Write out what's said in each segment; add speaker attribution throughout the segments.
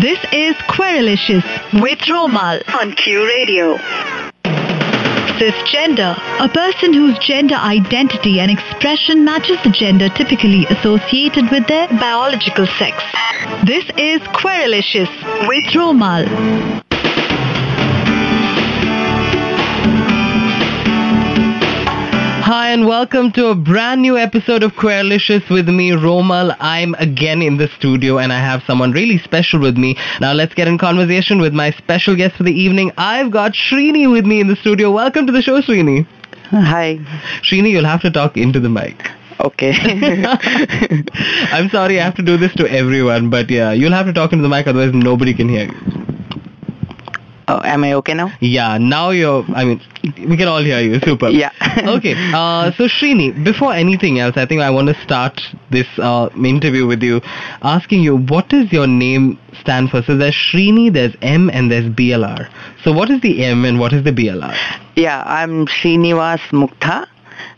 Speaker 1: This is Querylicious with Romal
Speaker 2: on Q Radio.
Speaker 1: Cisgender, a person whose gender identity and expression matches the gender typically associated with their biological sex. This is Querylicious with Romal.
Speaker 3: Hi and welcome to a brand new episode of Queerlicious with me, Romal. I'm again in the studio and I have someone really special with me. Now let's get in conversation with my special guest for the evening. I've got Srini with me in the studio. Welcome to the show, Srini.
Speaker 4: Hi.
Speaker 3: Srini, you'll have to talk into the mic.
Speaker 4: Okay.
Speaker 3: I'm sorry I have to do this to everyone, but yeah, you'll have to talk into the mic otherwise nobody can hear you.
Speaker 4: oh, am I okay now?
Speaker 3: Yeah, now you're, I mean, we can all hear you. Super.
Speaker 4: Yeah.
Speaker 3: okay. Uh, so Srini, before anything else, I think I want to start this uh, interview with you, asking you what does your name stand for? So there's Srini, there's M, and there's BLR. So what is the M and what is the BLR?
Speaker 4: Yeah, I'm Srinivas Muktha.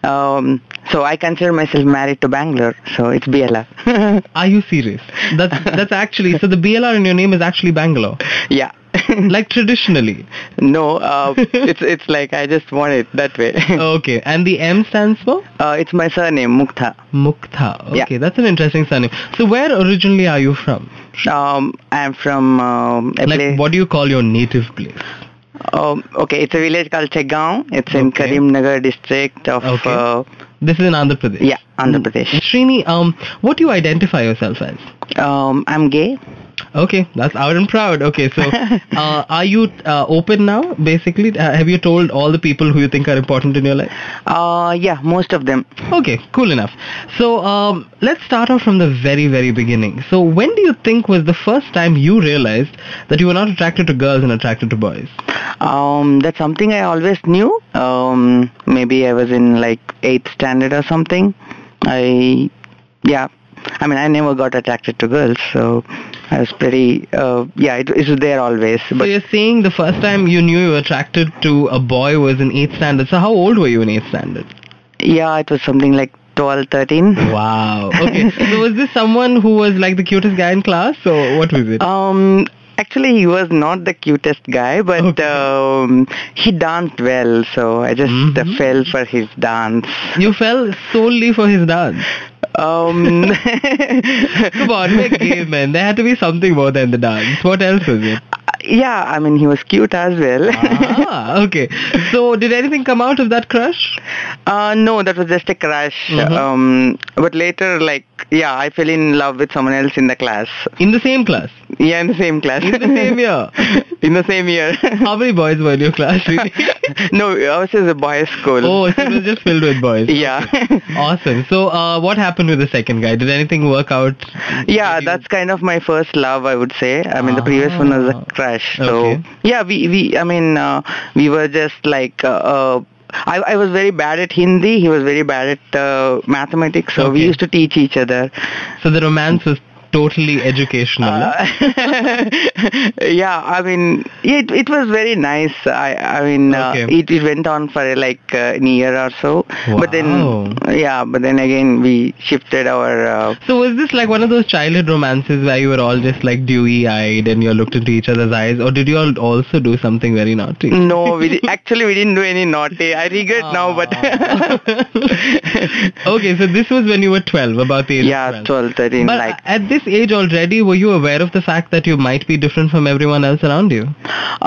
Speaker 4: Um, so I consider myself married to Bangalore, so it's BLR.
Speaker 3: Are you serious? That's that's actually so the BLR in your name is actually Bangalore,
Speaker 4: yeah.
Speaker 3: like traditionally.
Speaker 4: no, uh, it's it's like I just want it that way.
Speaker 3: Okay, and the M stands for
Speaker 4: Uh, it's my surname Muktha.
Speaker 3: Muktha.
Speaker 4: Yeah.
Speaker 3: Okay, that's an interesting surname. So where originally are you from?
Speaker 4: Um, I'm from um, a
Speaker 3: Like,
Speaker 4: place.
Speaker 3: what do you call your native place?
Speaker 4: Um, okay, it's a village called Chegaon. It's in
Speaker 3: Okay.
Speaker 4: Karimnagar district of
Speaker 3: Okay.
Speaker 4: uh,
Speaker 3: This is in Andhra Pradesh.
Speaker 4: yeah Andhra Pradesh.
Speaker 3: Srini, um, what do you identify yourself as?
Speaker 4: Um, I'm gay.
Speaker 3: Okay, that's out and proud. Okay, so uh, are you uh, open now? Basically, uh, have you told all the people who you think are important in your life?
Speaker 4: Uh, yeah, most of them.
Speaker 3: Okay, cool enough. So um, let's start off from the very, very beginning. So when do you think was the first time you realized that you were not attracted to girls and attracted to boys?
Speaker 4: Um, that's something I always knew. Um, maybe I was in like eighth standard or something. I, yeah, I mean I never got attracted to girls, so I was pretty. Uh, yeah, it is there always.
Speaker 3: so
Speaker 4: But
Speaker 3: you're saying the first time you knew you were attracted to a boy was in eighth standard. So how old were you in eighth standard?
Speaker 4: yeah, it was something like twelve, thirteen.
Speaker 3: Wow. Okay. so was this someone who was like the cutest guy in class, or what was it?
Speaker 4: Um, actually, he was not the cutest guy, but
Speaker 3: Okay.
Speaker 4: um, he danced well, so I just uh,
Speaker 3: Mhm.
Speaker 4: fell for his dance.
Speaker 3: you fell solely for his dance.
Speaker 4: Um,
Speaker 3: Come on, we're gay men. There had to be something more than the dance. What else was it?
Speaker 4: Uh, yeah, I mean he was cute as well.
Speaker 3: ah, okay. So did anything come out of that crush?
Speaker 4: Uh, no, that was just a crush.
Speaker 3: Mhm.
Speaker 4: Um, but later, like, yeah, I fell in love with someone else in the class.
Speaker 3: In the same class,
Speaker 4: Yeah, in the same class.
Speaker 3: in the same year.
Speaker 4: in the same year.
Speaker 3: How many boys were in your class? Really?
Speaker 4: no, ours is a boys' school.
Speaker 3: oh, so it was just filled with boys.
Speaker 4: yeah.
Speaker 3: Awesome. So, uh, what happened with the second guy? Did anything work out?
Speaker 4: Yeah,
Speaker 3: Did you-
Speaker 4: that's kind of my first love, I would say. I mean, the previous one was
Speaker 3: Ah.
Speaker 4: a crush. So
Speaker 3: Okay.
Speaker 4: yeah, we we I mean uh, we were just like. Uh, uh, I, I was very bad at Hindi. He was very bad at uh, mathematics. So we
Speaker 3: Okay.
Speaker 4: used to teach each other.
Speaker 3: So the romance was totally educational. no?
Speaker 4: Uh, yeah, I mean, it it was very nice. I I mean,
Speaker 3: Okay.
Speaker 4: uh, it it went on for like uh, an year or so.
Speaker 3: Wow.
Speaker 4: But then yeah, but then again we shifted our. Uh,
Speaker 3: So was this like one of those childhood romances where you were all just like dewy-eyed and you all looked into each other's eyes, or did you all also do something very naughty?
Speaker 4: no, we di- actually we didn't do any naughty. I regret now,
Speaker 3: Ah.
Speaker 4: but
Speaker 3: okay, so this was when you were 12, about the age
Speaker 4: yeah,
Speaker 3: of 12.
Speaker 4: 12, 13,
Speaker 3: But uh,
Speaker 4: like
Speaker 3: at this age already, were you aware of the fact that you might be different from everyone else around you?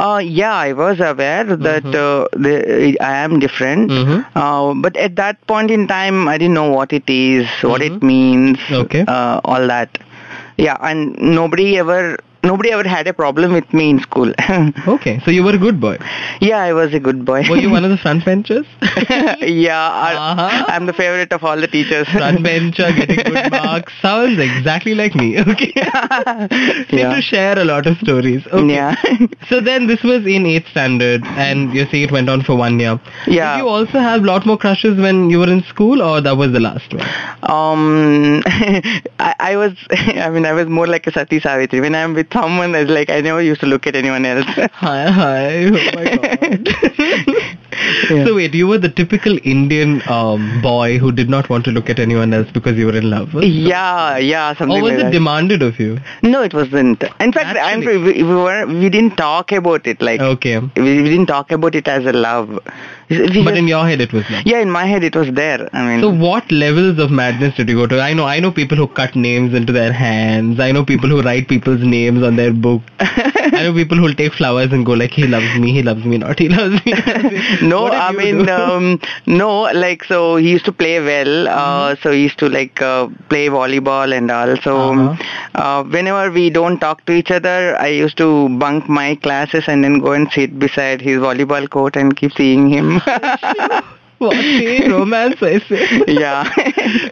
Speaker 4: Uh, yeah, I was aware that
Speaker 3: Mm-hmm.
Speaker 4: uh, the, I am different.
Speaker 3: Mhm.
Speaker 4: Uh, but at that point in time, I didn't know what it is, what it means,
Speaker 3: Mm-hmm. Okay.
Speaker 4: uh, all that. Yeah, and nobody ever nobody ever had a problem with me in school.
Speaker 3: Okay, so you were a good boy.
Speaker 4: yeah, I was a good boy.
Speaker 3: Were you one of the front benchers?
Speaker 4: yeah, I,
Speaker 3: Uh-huh.
Speaker 4: I'm the favorite of all the teachers.
Speaker 3: front bencher getting good marks sounds exactly like me. Okay, seem
Speaker 4: Yeah.
Speaker 3: to share a lot of stories. Okay.
Speaker 4: Yeah.
Speaker 3: So then this was in 8th standard and you say it went on for one year.
Speaker 4: Yeah.
Speaker 3: Did you also have lot more crushes when you were in school or that was the last one?
Speaker 4: Um, I, I was, I mean, I was more like a Sati Savitri. When I'm with someone, it's like I never used to look at anyone else.
Speaker 3: Hi, hi. Oh my god.
Speaker 4: Yeah.
Speaker 3: So wait, you were the typical Indian um, boy who did not want to look at anyone else because you were in love. Was-
Speaker 4: yeah, yeah, something
Speaker 3: Or was
Speaker 4: like
Speaker 3: it
Speaker 4: that.
Speaker 3: demanded of you?
Speaker 4: no, it wasn't. In fact, I'm,
Speaker 3: Actually-
Speaker 4: we, we were we didn't talk about it. Like
Speaker 3: Okay.
Speaker 4: we, we didn't talk about it as a love. We
Speaker 3: But in
Speaker 4: just-
Speaker 3: your head it was love.
Speaker 4: yeah, in my head it was there. I mean,
Speaker 3: So what levels of madness did you go to? I know I know people who cut names into their hands. I know people who write people's names on their book. I know people who'll take flowers and go like he loves me, he loves me not, he loves me. not."
Speaker 4: no,
Speaker 3: What did
Speaker 4: I
Speaker 3: you
Speaker 4: mean,
Speaker 3: do?
Speaker 4: um, no, like, so he used to play well, uh,
Speaker 3: Mm-hmm.
Speaker 4: so he used to, like, uh, play volleyball and all. So,
Speaker 3: Uh-huh.
Speaker 4: um, uh, whenever we don't talk to each other, I used to bunk my classes and then go and sit beside his volleyball court and keep seeing him.
Speaker 3: what a romance I say.
Speaker 4: yeah.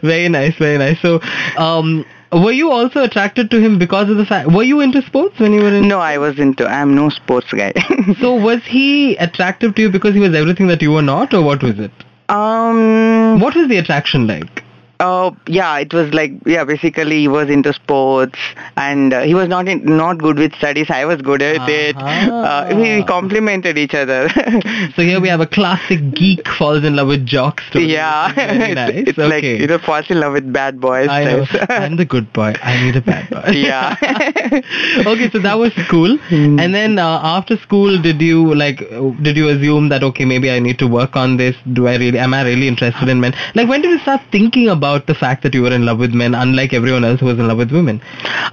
Speaker 3: very nice, very nice. So, um, were you also attracted to him because of the fact? Were you into sports when you were in?
Speaker 4: no, I was into, I'm no sports guy.
Speaker 3: So was he attractive to you because he was everything that you were not, or what was it?
Speaker 4: um,
Speaker 3: What was the attraction like?
Speaker 4: Uh, yeah, it was like yeah. Basically, he was into sports, and uh, he was not in, not good with studies. I was good at it.
Speaker 3: Ah.
Speaker 4: Uh, we complimented each other.
Speaker 3: So here we have a classic geek falls in love with jock story.
Speaker 4: yeah,
Speaker 3: very nice.
Speaker 4: it's, it's
Speaker 3: okay.
Speaker 4: like you know, falls in love with bad boys.
Speaker 3: I know.
Speaker 4: types.
Speaker 3: I'm the good boy. I need a bad boy.
Speaker 4: yeah.
Speaker 3: okay, so that was school. And then uh, after school, did you like? uh, Did you assume that okay, maybe I need to work on this? Do I really? Am I really interested in men? Like, when did you start thinking about the fact that you were in love with men, unlike everyone else who was in love with women?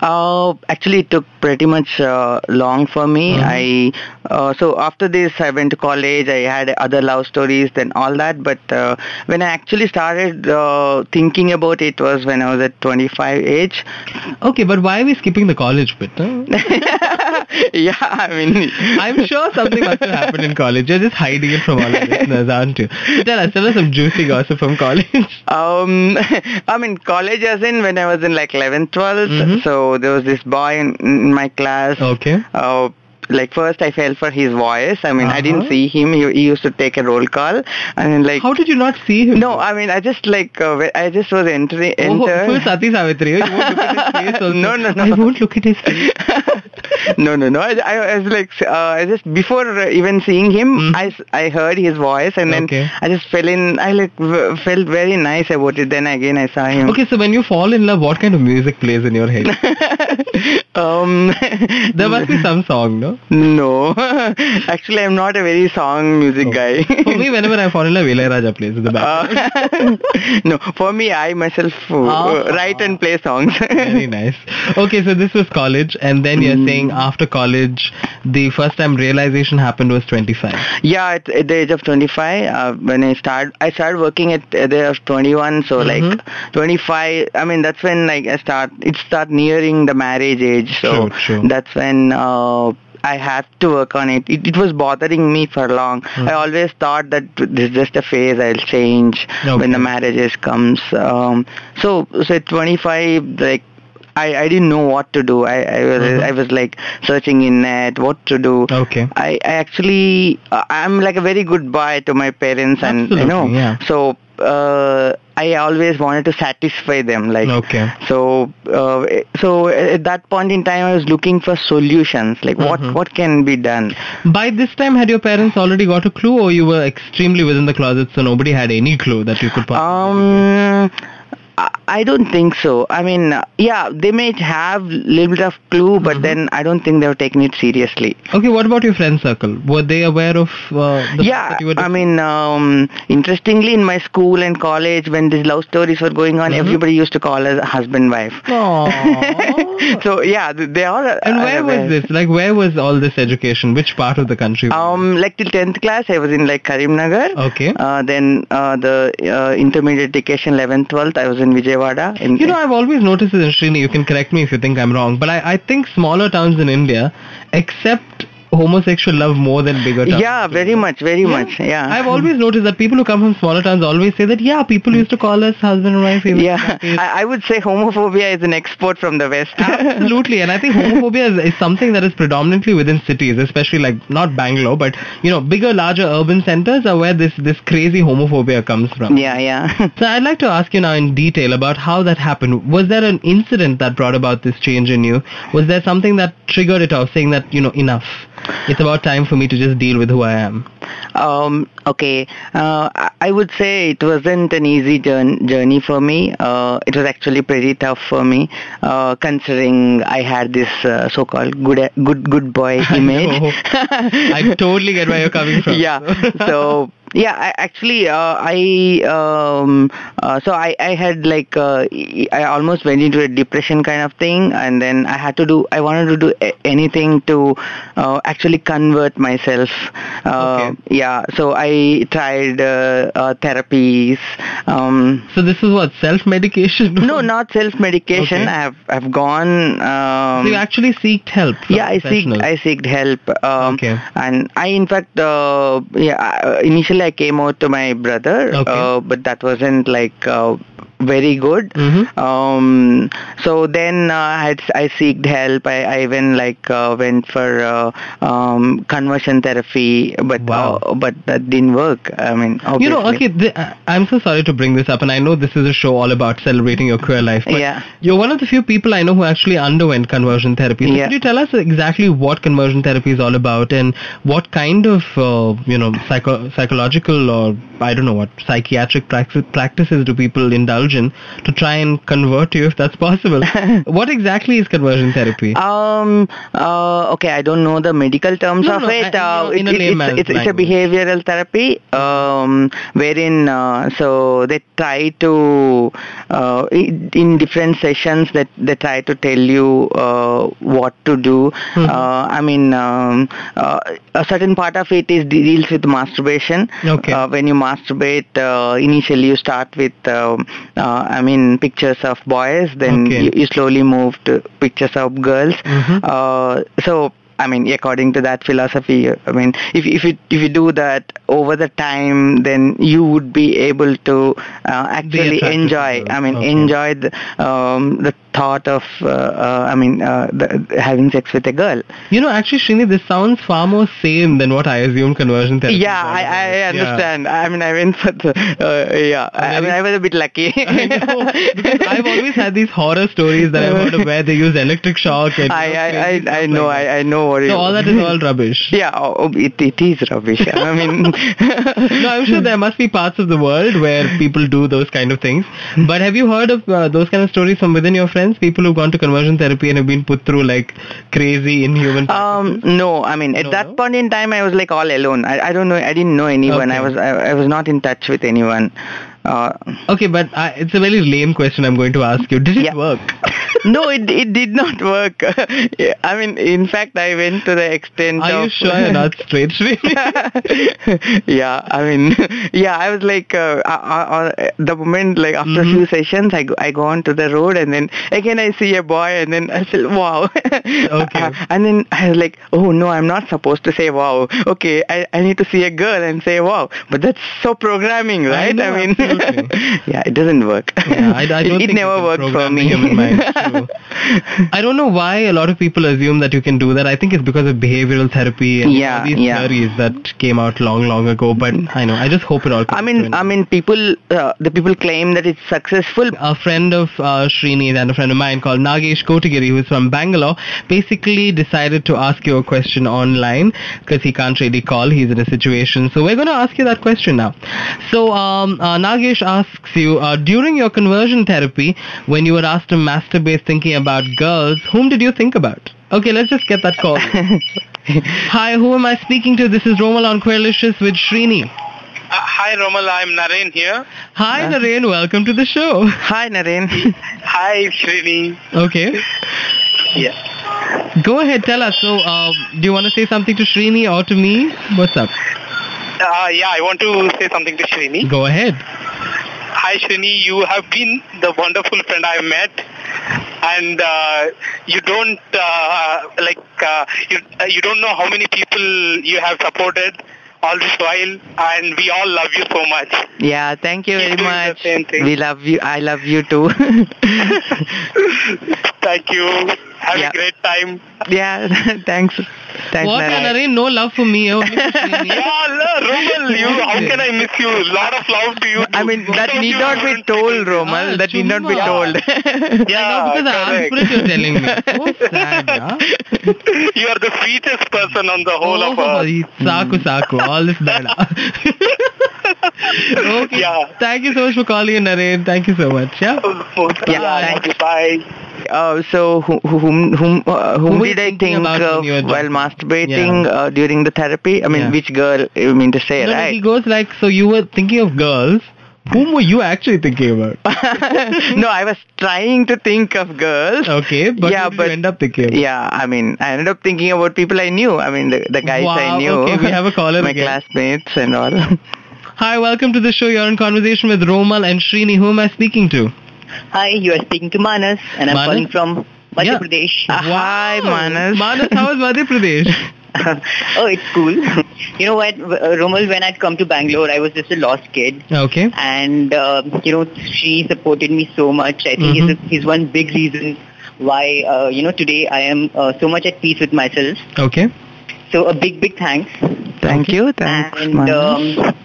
Speaker 4: Uh, actually, it took pretty much uh, long for me.
Speaker 3: Mm-hmm.
Speaker 4: I uh, so after this, I went to college. I had other love stories, then all that. But uh, when I actually started uh, thinking about it was when I was at 25 age.
Speaker 3: Okay, but why are we skipping the college bit? huh?
Speaker 4: yeah, I mean,
Speaker 3: I'm sure something must have happened in college. You're just hiding it from all our listeners, aren't you? Tell us, tell us some juicy gossip from college.
Speaker 4: um, I mean, college as in when I was in like 11th, 12th.
Speaker 3: Mhm.
Speaker 4: So there was this boy in, in my class.
Speaker 3: Okay.
Speaker 4: Uh, like first I fell for his voice. I mean, I didn't
Speaker 3: Uh-huh.
Speaker 4: see him. He, he used to take a roll call, and then like.
Speaker 3: How did you not see him?
Speaker 4: No, I mean, I just like uh, wh- I just was entering.
Speaker 3: Oh, full
Speaker 4: Enter.
Speaker 3: Sati Savitri. You won't look at his face also.
Speaker 4: No, no, no.
Speaker 3: I won't look at his face.
Speaker 4: no, no, no. I, I was like, uh, I just before uh, even seeing him,
Speaker 3: Mm.
Speaker 4: I, s- I heard his voice, and then
Speaker 3: Okay.
Speaker 4: I just fell in. I like w- felt very nice about it. Then again, I saw him.
Speaker 3: Okay, so when you fall in love, what kind of music plays in your head?
Speaker 4: Um.
Speaker 3: There must be some song, no?
Speaker 4: no. Actually, I'm not a very song
Speaker 3: Oh.
Speaker 4: music guy.
Speaker 3: For me, whenever I fall in love, Ilayaraja plays in the back.
Speaker 4: Uh, no, for me, I myself uh,
Speaker 3: Ah.
Speaker 4: write and play songs.
Speaker 3: Very nice. Okay, so this was college, and then you're
Speaker 4: Mm.
Speaker 3: saying after college, the first time realization happened was 25.
Speaker 4: Yeah, at, at the age of 25, uh, when I start, I started working at, at the age of 21. So
Speaker 3: Mhm.
Speaker 4: like 25, I mean that's when like I start, it start nearing the marriage age. So
Speaker 3: True, true.
Speaker 4: that's when uh, I had to work on it. it. It was bothering me for long.
Speaker 3: Mm.
Speaker 4: I always thought that this is just a phase. I'll change
Speaker 3: Okay.
Speaker 4: when the marriage age comes. Um, so so at 25, like. I, I didn't know what to do. I I was, I was like searching in net what to do.
Speaker 3: Mm-hmm. Okay.
Speaker 4: I, I actually uh, I'm like a very good boy to my parents and you know
Speaker 3: Absolutely, yeah.
Speaker 4: so uh, I always wanted to satisfy them like
Speaker 3: Okay.
Speaker 4: so uh, so at that point in time I was looking for solutions like
Speaker 3: Mhm.
Speaker 4: what what can be done
Speaker 3: By this time, had your parents already got a clue, or you were extremely within the closet, so nobody had any clue that you could
Speaker 4: Uh,
Speaker 3: possibly?
Speaker 4: um I- I don't think so I mean uh, yeah they may have little bit of clue
Speaker 3: Mm-hmm.
Speaker 4: but then I don't think they've taken it seriously
Speaker 3: okay, what about your friend circle? Were they aware of uh, the fact
Speaker 4: yeah,
Speaker 3: that you were?
Speaker 4: I mean, um, interestingly, in my school and college, when these love stories were going on,
Speaker 3: Mm-hmm.
Speaker 4: everybody used to call us husband wife.
Speaker 3: Aww.
Speaker 4: so yeah, th- they all. uh, are-
Speaker 3: and where
Speaker 4: are
Speaker 3: was
Speaker 4: aware.
Speaker 3: this? Like, where was all this education? Which part of the country?
Speaker 4: Um, like till tenth class, I was in like Karimnagar.
Speaker 3: Okay.
Speaker 4: Uh, then uh, the uh, intermediate education, 11th, 12th, I was in Vijayawada. In,
Speaker 3: you know, I've always noticed this, Srini. You can correct me if you think I'm wrong, but I, I think smaller towns in India accept homosexual love more than bigger towns.
Speaker 4: yeah, very much, very much. Yeah.
Speaker 3: I've always noticed that people who come from smaller towns always say that, yeah, people used to call us husband and wife. we were
Speaker 4: yeah,
Speaker 3: happy.
Speaker 4: I, I would say homophobia is an export from the west.
Speaker 3: Absolutely, and I think homophobia is, is something that is predominantly within cities, especially like not Bangalore, but you know, bigger, larger urban centers are where this this crazy homophobia comes from.
Speaker 4: yeah, yeah.
Speaker 3: So I'd like to ask you now in detail about how that happened. Was there an incident that brought about this change in you? Was there something that triggered it off, saying that you know enough, it's about time for me to just deal with who I am?
Speaker 4: Um, okay, uh, I- I would say it wasn't an easy jour- journey for me. Uh, it was actually pretty tough for me, uh, considering I had this uh, so-called good good good boy image.
Speaker 3: know. I totally get where you're coming from.
Speaker 4: Yeah. So yeah, I, actually, uh, I um, uh, so I I had like uh, I almost went into a depression kind of thing, and then I had to do I wanted to do a- anything to uh, actually convert myself. Uh,
Speaker 3: Okay.
Speaker 4: Yeah. So I tried uh, uh, therapies. Um,
Speaker 3: So this is what self-medication.
Speaker 4: no, not self-medication.
Speaker 3: Okay.
Speaker 4: I've I've gone. Um,
Speaker 3: So you actually seeked help. from
Speaker 4: yeah i seek
Speaker 3: professionals.
Speaker 4: i seeked help um,
Speaker 3: Okay.
Speaker 4: and i in fact uh, yeah I- initially i came out to my brother
Speaker 3: Okay.
Speaker 4: uh, but that wasn't like uh, very good
Speaker 3: Mhm.
Speaker 4: um so then uh, i had i seeked help i, I even like uh, went for uh, um conversion therapy but
Speaker 3: Wow.
Speaker 4: uh, but that didn't work i mean obviously.
Speaker 3: You know, okay, th- I- I'm so sorry to bring this up, and I know this is a show all about celebrating your queer life, but
Speaker 4: Yeah.
Speaker 3: you're one of the few people I know who actually underwent conversion therapy. So
Speaker 4: Yeah.
Speaker 3: could you tell us exactly what conversion therapy is all about and what kind of, uh, you know, psycho- psychological or, I don't know what, psychiatric praxis- practices do people indulge in to try and convert you if that's possible? what exactly is conversion therapy?
Speaker 4: Um. Uh, okay, I don't know the medical terms
Speaker 3: No,
Speaker 4: of
Speaker 3: no,
Speaker 4: it.
Speaker 3: I-
Speaker 4: uh,
Speaker 3: no,
Speaker 4: it-
Speaker 3: in a
Speaker 4: it- it's,
Speaker 3: layman's
Speaker 4: it's, it's a
Speaker 3: language.
Speaker 4: behavioral therapy, um, wherein uh, so they try to uh, i- in different sessions that they try to tell you uh, what to do.
Speaker 3: Mhm.
Speaker 4: Uh, I mean, um, uh, a certain part of it is deals with masturbation.
Speaker 3: Okay.
Speaker 4: Uh, when you masturbate, uh, initially you start with, um uh, I mean, pictures of boys. Then
Speaker 3: Okay.
Speaker 4: you, you slowly move to pictures of girls.
Speaker 3: Mhm.
Speaker 4: Uh, so I mean, according to that philosophy, I mean, if if you if you do that over the time, then you would be able to uh, actually
Speaker 3: attracted to
Speaker 4: enjoy.
Speaker 3: girls.
Speaker 4: I mean,
Speaker 3: Okay.
Speaker 4: enjoy the um, the thought of uh, uh, I mean, uh, the, having sex with a girl.
Speaker 3: You know, actually, Srini, this sounds far more sane than what I assume conversion therapy.
Speaker 4: yeah,
Speaker 3: is all
Speaker 4: I, I
Speaker 3: about. Yeah.
Speaker 4: understand. I mean, I went for the uh, yeah. I, I mean,
Speaker 3: Very-
Speaker 4: I was a bit lucky.
Speaker 3: I know, because I've always had these horror stories that I've heard of where they use electric shock and.
Speaker 4: I I
Speaker 3: you
Speaker 4: I, I
Speaker 3: crazy
Speaker 4: know
Speaker 3: stuff like that.
Speaker 4: I, I know what it
Speaker 3: So all that is all rubbish.
Speaker 4: Yeah, oh, oh, it, it is rubbish. I mean,
Speaker 3: No, I'm sure there must be parts of the world where people do those kind of things. But have you heard of uh, those kind of stories from within your friends? People who've gone to conversion therapy and have been put through like crazy inhuman.
Speaker 4: Um, no, I mean at
Speaker 3: No,
Speaker 4: that
Speaker 3: no?
Speaker 4: point in time I was like all alone. I, I don't know. I didn't know anyone. I
Speaker 3: Okay.
Speaker 4: was I, I was not in touch with anyone. Uh,
Speaker 3: okay, but I, it's a very lame question I'm going to ask you. Did it
Speaker 4: Yeah.
Speaker 3: work?
Speaker 4: no, it it did not work. Yeah, I mean, in fact, I went to the extent.
Speaker 3: Are
Speaker 4: of,
Speaker 3: you sure you're not straight, Srini?
Speaker 4: yeah, I mean, yeah, I was like, uh, uh, uh, the moment like after a few
Speaker 3: Mm-hmm.
Speaker 4: sessions, I go, I go on to the road and then again I see a boy and then I feel wow. Uh,
Speaker 3: Okay.
Speaker 4: and then I was like, oh no, I'm not supposed to say wow. Okay, I, I need to see a girl and say wow. But that's so programming,
Speaker 3: I
Speaker 4: right?
Speaker 3: know,
Speaker 4: mean,
Speaker 3: absolutely.
Speaker 4: yeah, it doesn't work.
Speaker 3: Yeah, I, I don't
Speaker 4: it,
Speaker 3: think
Speaker 4: it
Speaker 3: you
Speaker 4: never
Speaker 3: can
Speaker 4: worked for
Speaker 3: program the
Speaker 4: me.
Speaker 3: Human mind. True. I don't know why a lot of people assume that you can do that. I think it's because of behavioral therapy and
Speaker 4: Yeah,
Speaker 3: all these
Speaker 4: yeah.
Speaker 3: theories that came out long, long ago. But I know. I just hope it all.
Speaker 4: I
Speaker 3: comes to
Speaker 4: mean,
Speaker 3: an
Speaker 4: I mean, people, uh, the people claim that it's successful,
Speaker 3: a friend of uh, Srini's and a friend of mine called Nagesh Kotigiri, who's from Bangalore, basically decided to ask you a question online because he can't really call. He's in a situation. So we're going to ask you that question now. So um, uh, Nagesh asks you, uh, during your conversion therapy, when you were asked to masturbate thinking about girls, whom did you think about? Okay, let's just get that call. Hi, who am I speaking to? This is Romal on Queerlicious with Srini.
Speaker 2: Uh, hi Romal, I'm Naren here.
Speaker 3: Hi, Naren. Welcome to the show.
Speaker 4: Hi, Naren.
Speaker 2: Hi Srini.
Speaker 3: Okay.
Speaker 2: Yeah.
Speaker 3: Go ahead, tell us. So, uh, do you want to say something to Srini or to me? What's up?
Speaker 2: Uh, yeah, I want to say something to Srini.
Speaker 3: Go ahead.
Speaker 2: Hi Srini, you have been the wonderful friend I met, and uh, you don't uh, like uh, you uh, you don't know how many people you have supported all this while, and we all love you so much.
Speaker 4: yeah, thank you
Speaker 2: Keep
Speaker 4: very
Speaker 2: doing the
Speaker 4: much.
Speaker 2: same thing.
Speaker 4: We love you. I love you too.
Speaker 2: Thank you. Have
Speaker 4: Yeah.
Speaker 2: a great time.
Speaker 4: yeah, thanks. Thanks,
Speaker 3: what?
Speaker 4: Naren.
Speaker 3: Naren, no love for me. Only for Srini.
Speaker 2: Yeah, lo- Romal, you, how can I miss you? Lot of love to you.
Speaker 4: I mean,
Speaker 2: too.
Speaker 4: that
Speaker 2: Without
Speaker 4: need
Speaker 2: you,
Speaker 4: not be
Speaker 2: I wouldn't
Speaker 4: told,
Speaker 3: Ah,
Speaker 4: Romal. That need not be
Speaker 3: chumma.
Speaker 4: told.
Speaker 2: Yeah,
Speaker 3: no, because I asked for it,
Speaker 2: correct.
Speaker 3: you're telling me. So sad, yeah.
Speaker 2: You are the sweetest person on the whole of Hmm.
Speaker 3: Oh,
Speaker 2: earth.
Speaker 3: ye Saku Saku, all this bad. okay.
Speaker 2: Yeah.
Speaker 3: Thank you so much for calling in, Naren. Thank you so much. Yeah.
Speaker 4: Yeah,
Speaker 2: Bye.
Speaker 4: thanks.
Speaker 2: Bye.
Speaker 4: uh, so who- who- whom whom uh,
Speaker 3: Who
Speaker 4: whom
Speaker 3: were you
Speaker 4: did I
Speaker 3: thinking
Speaker 4: think
Speaker 3: about
Speaker 4: of
Speaker 3: when you were
Speaker 4: while
Speaker 3: drunk?
Speaker 4: masturbating uh, during the therapy? I mean,
Speaker 3: Yeah.
Speaker 4: which girl you mean to say,
Speaker 3: No, no, he
Speaker 4: right?
Speaker 3: goes like, so you were thinking of girls. Whom were you actually thinking about?
Speaker 4: no, I was trying to think of girls.
Speaker 3: Okay, but
Speaker 4: Yeah,
Speaker 3: who did
Speaker 4: but-
Speaker 3: you end up thinking about?
Speaker 4: Yeah, I mean, I ended up thinking about people I knew. I mean, the, the guys
Speaker 3: Wow,
Speaker 4: I knew.
Speaker 3: okay, we have a caller
Speaker 4: My
Speaker 3: again.
Speaker 4: classmates and all.
Speaker 3: Hi, welcome to the show. You're in conversation with Romal and Srini. Who am I speaking
Speaker 4: Uh,
Speaker 3: to?
Speaker 5: Hi, you are speaking to Manas, and I'm
Speaker 3: Manas?
Speaker 5: calling from Madhya
Speaker 3: Yeah.
Speaker 5: Pradesh.
Speaker 4: Hi, Manas.
Speaker 3: Manas, how is Madhya Pradesh?
Speaker 5: oh, it's cool. you know what, uh, Romal, when I'd come to Bangalore, I was just a lost kid.
Speaker 3: Okay.
Speaker 5: And, uh, you know, she supported me so much. I think
Speaker 3: Mhm.
Speaker 5: it's, it's one big reason why, uh, you know, today I am uh, so much at peace with myself.
Speaker 3: Okay.
Speaker 5: So a big, big thanks.
Speaker 4: Thank you. Thanks,
Speaker 5: and
Speaker 4: Manas.
Speaker 5: um,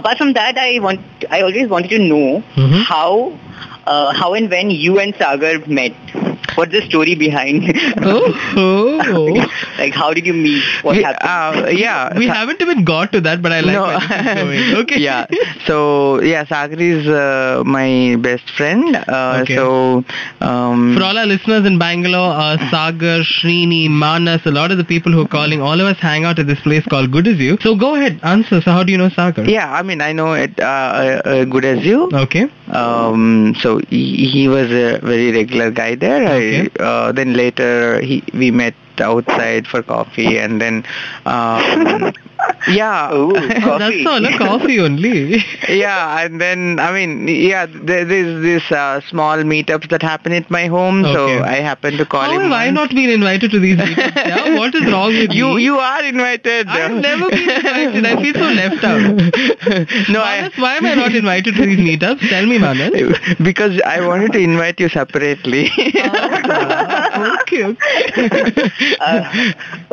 Speaker 5: apart from that, I want I always wanted to know
Speaker 3: Mhm.
Speaker 5: how uh, how and when you and Sagar met. What's the story behind?
Speaker 3: Oh.
Speaker 5: like how did you meet? What
Speaker 4: We-
Speaker 5: happened?
Speaker 4: uh, yeah.
Speaker 3: we
Speaker 4: Sa-
Speaker 3: haven't even got to that, but I like where this is going. Okay.
Speaker 4: yeah. So yeah, Sagri is uh, my best friend. Uh,
Speaker 3: Okay.
Speaker 4: So um,
Speaker 3: For all our listeners in Bangalore, uh, Sagar, Srini, Manas, a lot of the people who are calling, all of us hang out at this place called Good As You. So go ahead, answer. So how do you know Sagar?
Speaker 4: yeah, I mean I know it uh, uh, uh, good as you.
Speaker 3: Okay.
Speaker 4: Um, so he, he was a very regular guy there.
Speaker 3: Okay.
Speaker 4: I, uh, then later he we met outside for coffee and then um, yeah
Speaker 5: Ooh,
Speaker 3: That's
Speaker 5: coffee.
Speaker 3: all. A coffee only.
Speaker 4: yeah, and then I mean, yeah, there, there's this uh, small meetups that happen at my home,
Speaker 3: Okay.
Speaker 4: so I happen to call
Speaker 3: How
Speaker 4: him.
Speaker 3: have I
Speaker 4: once.
Speaker 3: not been invited to these meetups? Yeah? What is wrong with
Speaker 4: You
Speaker 3: me?
Speaker 4: you are invited.
Speaker 3: I've never been invited. I feel so left out.
Speaker 4: No, I-
Speaker 3: Manas, why am I not invited to these meetups? Tell me, Manas.
Speaker 4: because I wanted to invite you separately.
Speaker 3: okay, okay.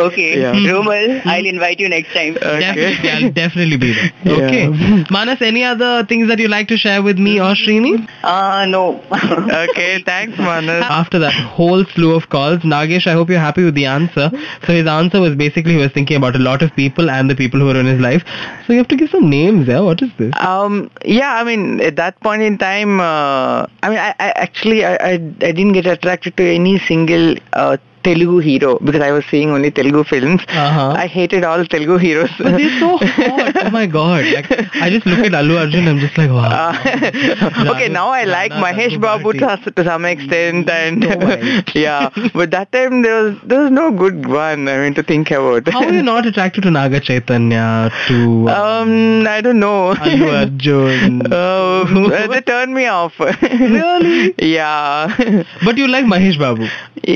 Speaker 5: okay,
Speaker 4: yeah.
Speaker 3: Mm-hmm.
Speaker 5: Romal, I'll invite you next time.
Speaker 3: Definitely, I'll definitely be there.
Speaker 4: Yeah.
Speaker 3: Okay. Manas, any other things that you'd like to share with me or Srini?
Speaker 5: Uh, no.
Speaker 4: okay, thanks, Manas.
Speaker 3: After that whole slew of calls, Nagesh, I hope you're happy with the answer. So his answer was basically he was thinking about a lot of people and the people who were in his life. So you have to give some names, yeah? What is this?
Speaker 4: Um, yeah, I mean, at that point in time, uh, I mean, I, I actually, I, I, I didn't get attracted to any single uh, Telugu hero because I was seeing only Telugu films.
Speaker 3: Uh-huh.
Speaker 4: I hated all Telugu heroes.
Speaker 3: But they're so hot. Oh my god. Like, I just look at Allu Arjun I'm just like, wow.
Speaker 4: Uh, okay, now I like
Speaker 3: Rana
Speaker 4: Mahesh Babu
Speaker 3: Raghubarti.
Speaker 4: to, to some extent, and
Speaker 3: So wild.
Speaker 4: yeah, but that time there was there was no good one. I mean, to think about.
Speaker 3: How are you not attracted to Naga Chaitanya, to uh,
Speaker 4: um, I don't know.
Speaker 3: Allu Arjun?
Speaker 4: Um, they turned me off. really? Yeah,
Speaker 3: But you like Mahesh Babu.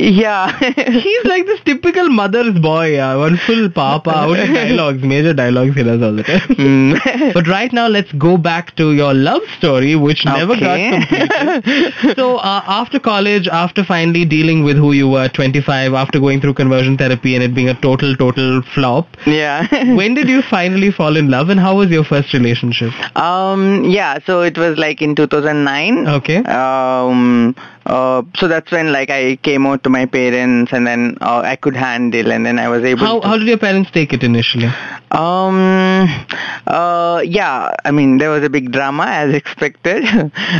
Speaker 4: yeah.
Speaker 3: He's like this typical mother's boy, yeah. One full papa, only dialogues, major dialogues he does all the time.
Speaker 4: Mm.
Speaker 3: But right now, let's go back to your love story, which never got
Speaker 4: Okay.
Speaker 3: completed. so, uh, after college, after finally dealing with who you were, 25, after going through conversion therapy and it being a total, total flop,
Speaker 4: yeah.
Speaker 3: when did you finally fall in love and how was your first relationship?
Speaker 4: Um. Yeah. So it was like in 2009.
Speaker 3: Okay.
Speaker 4: Um. Uh. So that's when like I came out to my parents, and then uh, I could handle, and then I was able.
Speaker 3: How,
Speaker 4: to,
Speaker 3: how did your parents take it initially?
Speaker 4: Um. Uh. Yeah. I mean, there was a big drama as expected.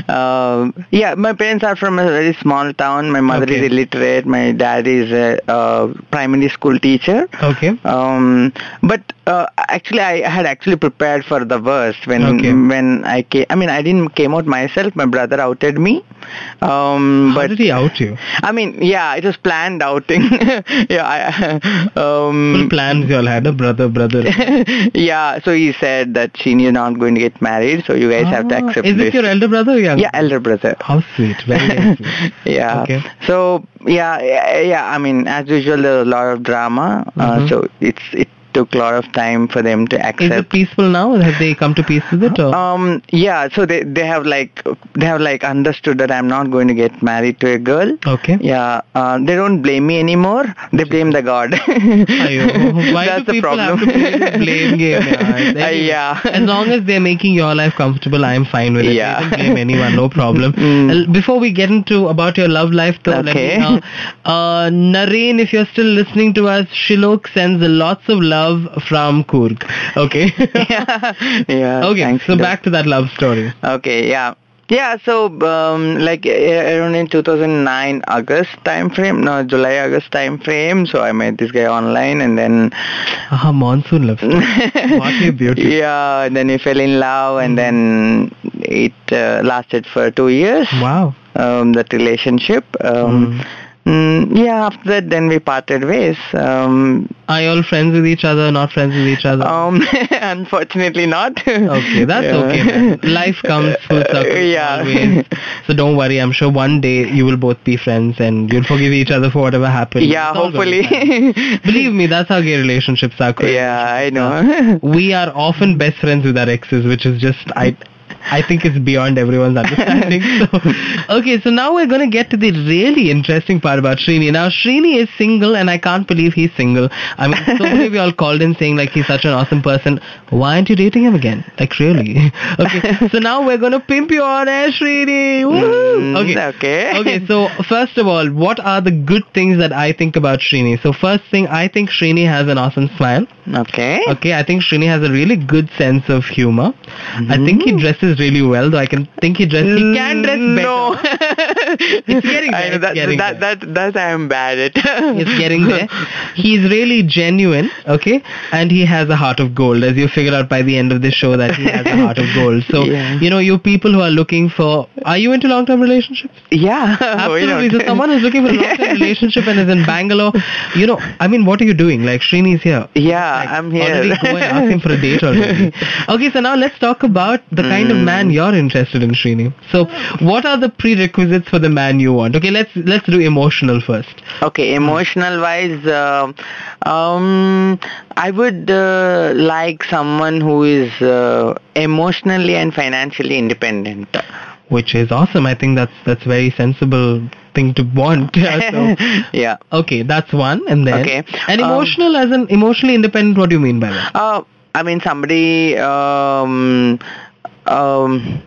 Speaker 4: um. Yeah. My parents are from a very small town. My mother
Speaker 3: Okay.
Speaker 4: is illiterate. My dad is a uh, primary school teacher.
Speaker 3: Okay.
Speaker 4: Um, but uh, actually, I had actually prepared for the worst when
Speaker 3: Okay.
Speaker 4: when I came. I mean, I didn't came out myself. My brother outed me. Um,
Speaker 3: how
Speaker 4: but
Speaker 3: did he out you?
Speaker 4: I mean, yeah, it was planned outing. yeah, I,
Speaker 3: Full
Speaker 4: um,
Speaker 3: plans you all had, a brother, brother.
Speaker 4: yeah. So he said that she is not going to get married, so you guys have to
Speaker 3: Ah,
Speaker 4: accept
Speaker 3: Is
Speaker 4: this.
Speaker 3: this your elder brother or younger?
Speaker 4: yeah, elder brother.
Speaker 3: How sweet. Very, very sweet.
Speaker 4: Yeah.
Speaker 3: Okay.
Speaker 4: So yeah, yeah, yeah. I mean, as usual, there's a lot of drama. Uh,
Speaker 3: Mhm.
Speaker 4: so it's it took a lot of time for them to
Speaker 3: Is
Speaker 4: accept.
Speaker 3: it peaceful now? Have they come to peace with it? Or?
Speaker 4: Um. Yeah. So they they have like they have like understood that I'm not going to get married to a girl.
Speaker 3: okay.
Speaker 4: Yeah. Uh, they don't blame me anymore. They blame the God.
Speaker 3: Aiyo, Why do
Speaker 4: That's the
Speaker 3: people
Speaker 4: problem.
Speaker 3: have to play this blame game? yaar? It's
Speaker 4: Uh,
Speaker 3: anyway,
Speaker 4: yeah.
Speaker 3: As long as they're making your life comfortable, I'm fine with it.
Speaker 4: Yeah.
Speaker 3: I don't blame anyone, no problem.
Speaker 4: Mm.
Speaker 3: Uh, Before we get into about your love life, though,
Speaker 4: Okay.
Speaker 3: let me know. Uh, Nareen, if you're still listening to us, Shilok sends lots of love from Kurg. Okay.
Speaker 4: yeah.
Speaker 3: okay.
Speaker 4: Uh, thanks,
Speaker 3: so
Speaker 4: Doc.
Speaker 3: back to that love story.
Speaker 4: Okay, yeah. Yeah, so um, like uh, around in 2009 August time frame, no July August time frame. So I met this guy online, and then
Speaker 3: Ah, monsoon love story. what a beauty.
Speaker 4: yeah, and then we fell in love, and then it uh, lasted for two years.
Speaker 3: Mm-hmm. Wow. Mm-hmm.
Speaker 4: Um, that relationship. Um, mm, yeah, after that, then we parted ways. Um,
Speaker 3: Are you all friends with each other? Not friends with each other?
Speaker 4: um, unfortunately, not.
Speaker 3: Okay, that's
Speaker 4: Yeah.
Speaker 3: okay. Man. Life comes full circle.
Speaker 4: Yeah.
Speaker 3: Always. So don't worry. I'm sure one day you will both be friends and you'll forgive each other for whatever happened.
Speaker 4: Yeah,
Speaker 3: It's all gonna be fine.
Speaker 4: hopefully.
Speaker 3: Believe me, that's how gay relationships are. Quick.
Speaker 4: Yeah, I know.
Speaker 3: We are often best friends with our exes, which is just I. I think it's beyond everyone's understanding. So, okay, so now we're going to get to the really interesting part about Srini. Now, Srini is single, and I can't believe he's single. I mean, so many of you all called in saying, like, he's such an awesome person. Why aren't you dating him again? Like, really? Okay, so now we're going to pimp you on air, Srini. Woohoo!
Speaker 4: Mm,
Speaker 3: Okay.
Speaker 4: okay.
Speaker 3: Okay, so first of all, what are the good things that I think about Srini? So, first thing, I think Srini has an awesome smile.
Speaker 4: okay.
Speaker 3: Okay, I think Srini has a really good sense of humor. I think
Speaker 4: Hmm.
Speaker 3: he dresses really well, though. I can think he dresses. He can dress better.
Speaker 4: Mm, No.
Speaker 3: It's getting
Speaker 4: I
Speaker 3: there.
Speaker 4: know
Speaker 3: it's
Speaker 4: that,
Speaker 3: getting
Speaker 4: that,
Speaker 3: there.
Speaker 4: that, that, I'm bad at.
Speaker 3: It's getting there. He's really genuine, okay, and he has a heart of gold, as you figure out by the end of the show that he has a heart of gold. So,
Speaker 4: Yeah.
Speaker 3: you know, you people who are looking for, are you into long-term relationships?
Speaker 4: Oh, yeah. why
Speaker 3: Absolutely.
Speaker 4: not?
Speaker 3: So someone who's looking for a long-term relationship and is in Bangalore, you know, I mean, what are you doing? Like Srini's here.
Speaker 4: Yeah,
Speaker 3: Like,
Speaker 4: I'm here.
Speaker 3: Already go and ask him for a date already. okay, so now let's talk about the kind of
Speaker 4: Hmm.
Speaker 3: man you're interested in, Srini. So, what are the prerequisites for the man you want? Okay, let's let's do emotional first.
Speaker 4: Okay, emotional wise, uh, um, I would uh, like someone who is uh, emotionally and financially independent.
Speaker 3: Which is awesome. I think that's that's very sensible thing to want. Yeah, so-
Speaker 4: yeah.
Speaker 3: okay, that's one, and then
Speaker 4: Okay,
Speaker 3: and
Speaker 4: um,
Speaker 3: emotional as an emotionally independent. What do you mean by that?
Speaker 4: Uh, I mean, somebody, um, um,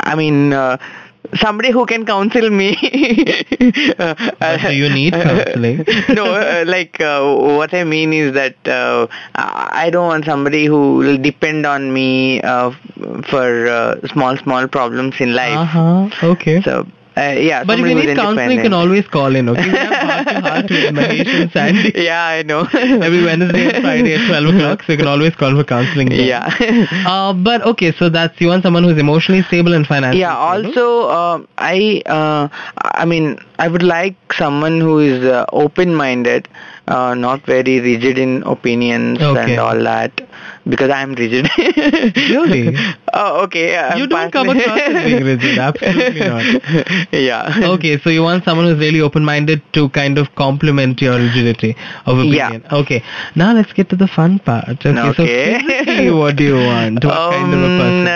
Speaker 4: I mean, uh, somebody who can counsel me. Uh,
Speaker 3: But do you need counseling?
Speaker 4: no, uh, like, uh, what I mean is that uh, I I don't want somebody who will depend on me uh, f- for uh, small, small problems in life.
Speaker 3: Uh huh. Okay.
Speaker 4: So, uh, yeah.
Speaker 3: But if
Speaker 4: somebody
Speaker 3: you
Speaker 4: who's
Speaker 3: need counseling, you can
Speaker 4: independent.
Speaker 3: always call in, okay? We have heart to heart with Mahesh and Sandy
Speaker 4: Yeah, I know.
Speaker 3: every Wednesday and Friday at 12 o'clock, so you can always call for counseling. there.
Speaker 4: yeah.
Speaker 3: Uh, but okay, so that's you want someone who's emotionally stable and financially
Speaker 4: yeah
Speaker 3: stable.
Speaker 4: also um i uh, i mean i would like someone who is uh, open minded uh, not very rigid in opinions
Speaker 3: Okay.
Speaker 4: and all that because i'm rigid
Speaker 3: Really?
Speaker 4: oh okay yeah,
Speaker 3: You
Speaker 4: I'm
Speaker 3: don't come
Speaker 4: partly-
Speaker 3: across as being rigid, absolutely not.
Speaker 4: yeah
Speaker 3: Okay, so you want someone who's really open-minded to kind of complement your rigidity of opinion. Okay, now let's get to the fun part. Okay, so
Speaker 4: Okay.
Speaker 3: physically, what do you want? What kind of a person?
Speaker 4: Um,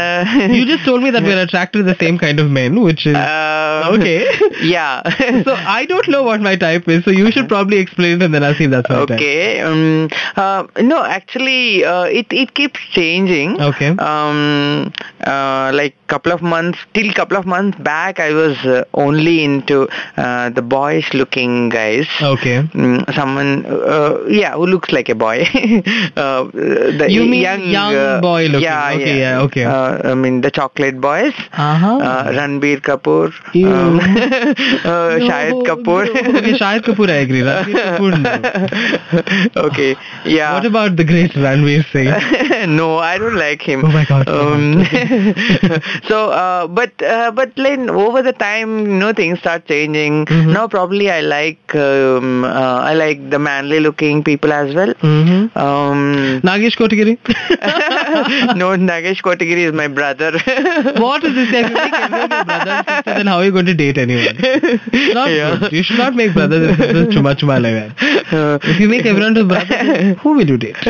Speaker 4: uh,
Speaker 3: you just told me that we're attracted to the same kind of men, which is
Speaker 4: um,
Speaker 3: okay.
Speaker 4: yeah
Speaker 3: so I don't know what my type is, so you should probably explain it and then I'll see if that's my type.
Speaker 4: okay um uh, no actually uh, it it keeps changing
Speaker 3: Okay.
Speaker 4: um uh, like couple of months till couple of months back i was uh, only into uh, the boyish looking guys
Speaker 3: Okay.
Speaker 4: Mm, someone uh, yeah who looks like a boy uh, the
Speaker 3: You mean
Speaker 4: young,
Speaker 3: young
Speaker 4: uh,
Speaker 3: boy looking.
Speaker 4: yeah
Speaker 3: Okay, yeah, okay.
Speaker 4: uh, i mean the chocolate boys
Speaker 3: Uh-huh.
Speaker 4: uh, Ranbir Kapoor,
Speaker 3: Ew.
Speaker 4: um, uh, Shahid Kapoor.
Speaker 3: okay, Shahid Kapoor, I agree. Ranveer Kapoor, no.
Speaker 4: okay, yeah.
Speaker 3: What about the great Ranveer Singh?
Speaker 4: no, I don't like him.
Speaker 3: Oh my God.
Speaker 4: Um, so, uh, but uh, but then over the time, you know, things start changing.
Speaker 3: Mhm.
Speaker 4: Now probably I like um, uh, I like the manly looking people as well.
Speaker 3: Mm-hmm.
Speaker 4: Um,
Speaker 3: Nagesh Kotigiri?
Speaker 4: no, Nagesh Kotigiri is my brother.
Speaker 3: what is this? If you make everyone your brother and sister, then how are you going to date anyone? It's Not
Speaker 4: Yeah.
Speaker 3: good. You should not make brothers and sisters chuma chuma like that.
Speaker 4: Uh,
Speaker 3: If you make everyone to brother, then who will you date?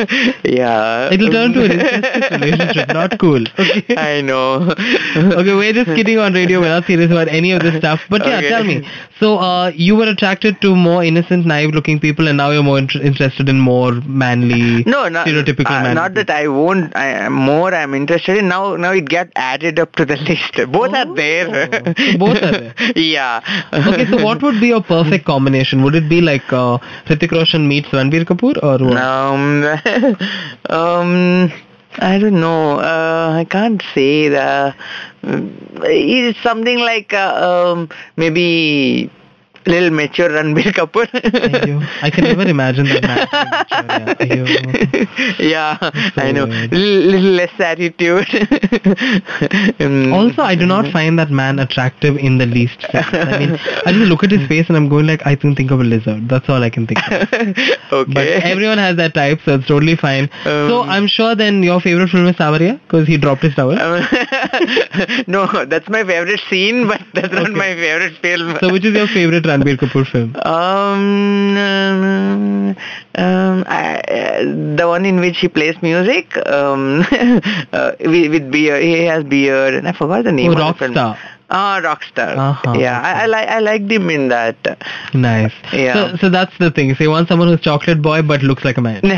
Speaker 4: yeah.
Speaker 3: It'll turn to a incestuous relationship, not cool. Okay.
Speaker 4: I know.
Speaker 3: okay, we're just kidding on radio. We're not serious about any of this stuff. But yeah,
Speaker 4: Okay.
Speaker 3: tell me. So uh, you were attracted to more innocent, naive-looking people, and now you're more inter- interested in more manly,
Speaker 4: No, not,
Speaker 3: stereotypical
Speaker 4: uh,
Speaker 3: manly.
Speaker 4: not that I won't. I am more. I'm interested in now. Now it got added up to the list. Both are there.
Speaker 3: Oh, so both are there.
Speaker 4: yeah.
Speaker 3: people. okay, so what would be your perfect combination? Would it be like uh, Hrithik Roshan meets Ranbir Kapoor, or what?
Speaker 4: Um, um, I don't know. Uh, I can't say. The, mm, it is something like uh, um, maybe little mature Ranbir Kapoor.
Speaker 3: Aiyo, I can never imagine that man. being mature, yeah. Aiyo.
Speaker 4: yeah, I know.
Speaker 3: Sad.
Speaker 4: L- little less attitude. Mm.
Speaker 3: Also, I do not find that man attractive in the least sense. I mean, I just look at his face and I'm going like, I can think of a lizard. That's all I can think of.
Speaker 4: okay.
Speaker 3: But everyone has that type, so it's totally fine. so
Speaker 4: Um,
Speaker 3: I'm sure then your favorite film is Savaria because he dropped his towel.
Speaker 4: Um, no, that's my favorite scene, but that's not
Speaker 3: Okay.
Speaker 4: my favorite film.
Speaker 3: so which is your favorite Ranbir Kapoor film?
Speaker 4: Um, um, um, I, uh, the one in which he plays music. Um, uh, with, with beard, he has beard, and I forgot the name.
Speaker 3: Oh,
Speaker 4: of the
Speaker 3: Rockstar.
Speaker 4: film. Ah, Rockstar.
Speaker 3: Uh-huh,
Speaker 4: yeah, I, I like I liked him in that.
Speaker 3: Nice.
Speaker 4: Yeah.
Speaker 3: So, so that's the thing. So you want someone who's chocolate boy but looks like a man. wow.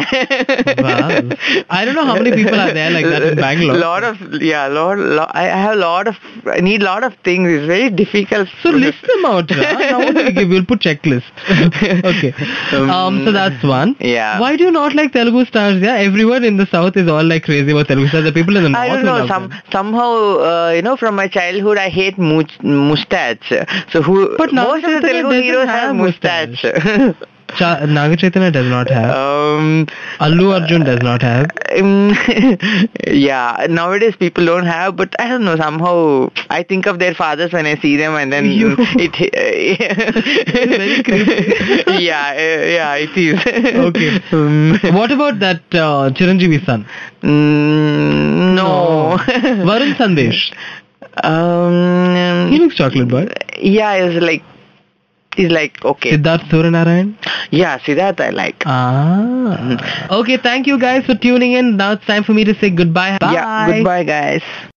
Speaker 3: I don't know how many people are there like that in Bangalore.
Speaker 4: Lot of yeah, lot. lot I I have lot of. I need lot of things. It's very difficult.
Speaker 3: So list them out. Ra. Now what do we give? We'll put checklist. okay. Um,
Speaker 4: Um,
Speaker 3: so that's one.
Speaker 4: yeah.
Speaker 3: Why do you not like Telugu stars? Yeah. Everyone in the south is all like crazy about Telugu stars. The people in the north
Speaker 4: I don't
Speaker 3: who
Speaker 4: know.
Speaker 3: love
Speaker 4: Some
Speaker 3: them.
Speaker 4: somehow uh, you know from my childhood I hate much, mustache. So who?
Speaker 3: But now
Speaker 4: most of the
Speaker 3: Chaitanya
Speaker 4: Telugu
Speaker 3: doesn't
Speaker 4: heroes
Speaker 3: have
Speaker 4: have mustache.
Speaker 3: Cha- Naga Chaitanya does not have.
Speaker 4: um,
Speaker 3: Allu Arjun does not have.
Speaker 4: um, yeah. Nowadays people don't have, but I don't know. Somehow I think of their fathers when I see them, and then
Speaker 3: You-
Speaker 4: it.
Speaker 3: very creepy.
Speaker 4: yeah, uh, yeah, it is.
Speaker 3: Okay.
Speaker 4: Um,
Speaker 3: What about that uh, Chiranjeevi's son? Oh.
Speaker 4: mm, no.
Speaker 3: Varun Sandesh.
Speaker 4: um,
Speaker 3: He looks chocolate boy.
Speaker 4: Mm, yeah, it's like it's like okay.
Speaker 3: Siddharth Suranarayan.
Speaker 4: Yeah, Siddharth I like.
Speaker 3: Uh,
Speaker 4: Mm.
Speaker 3: Ah. Okay, thank you guys for tuning in. Now it's time for me to say goodbye. Bye.
Speaker 4: Yeah, goodbye guys.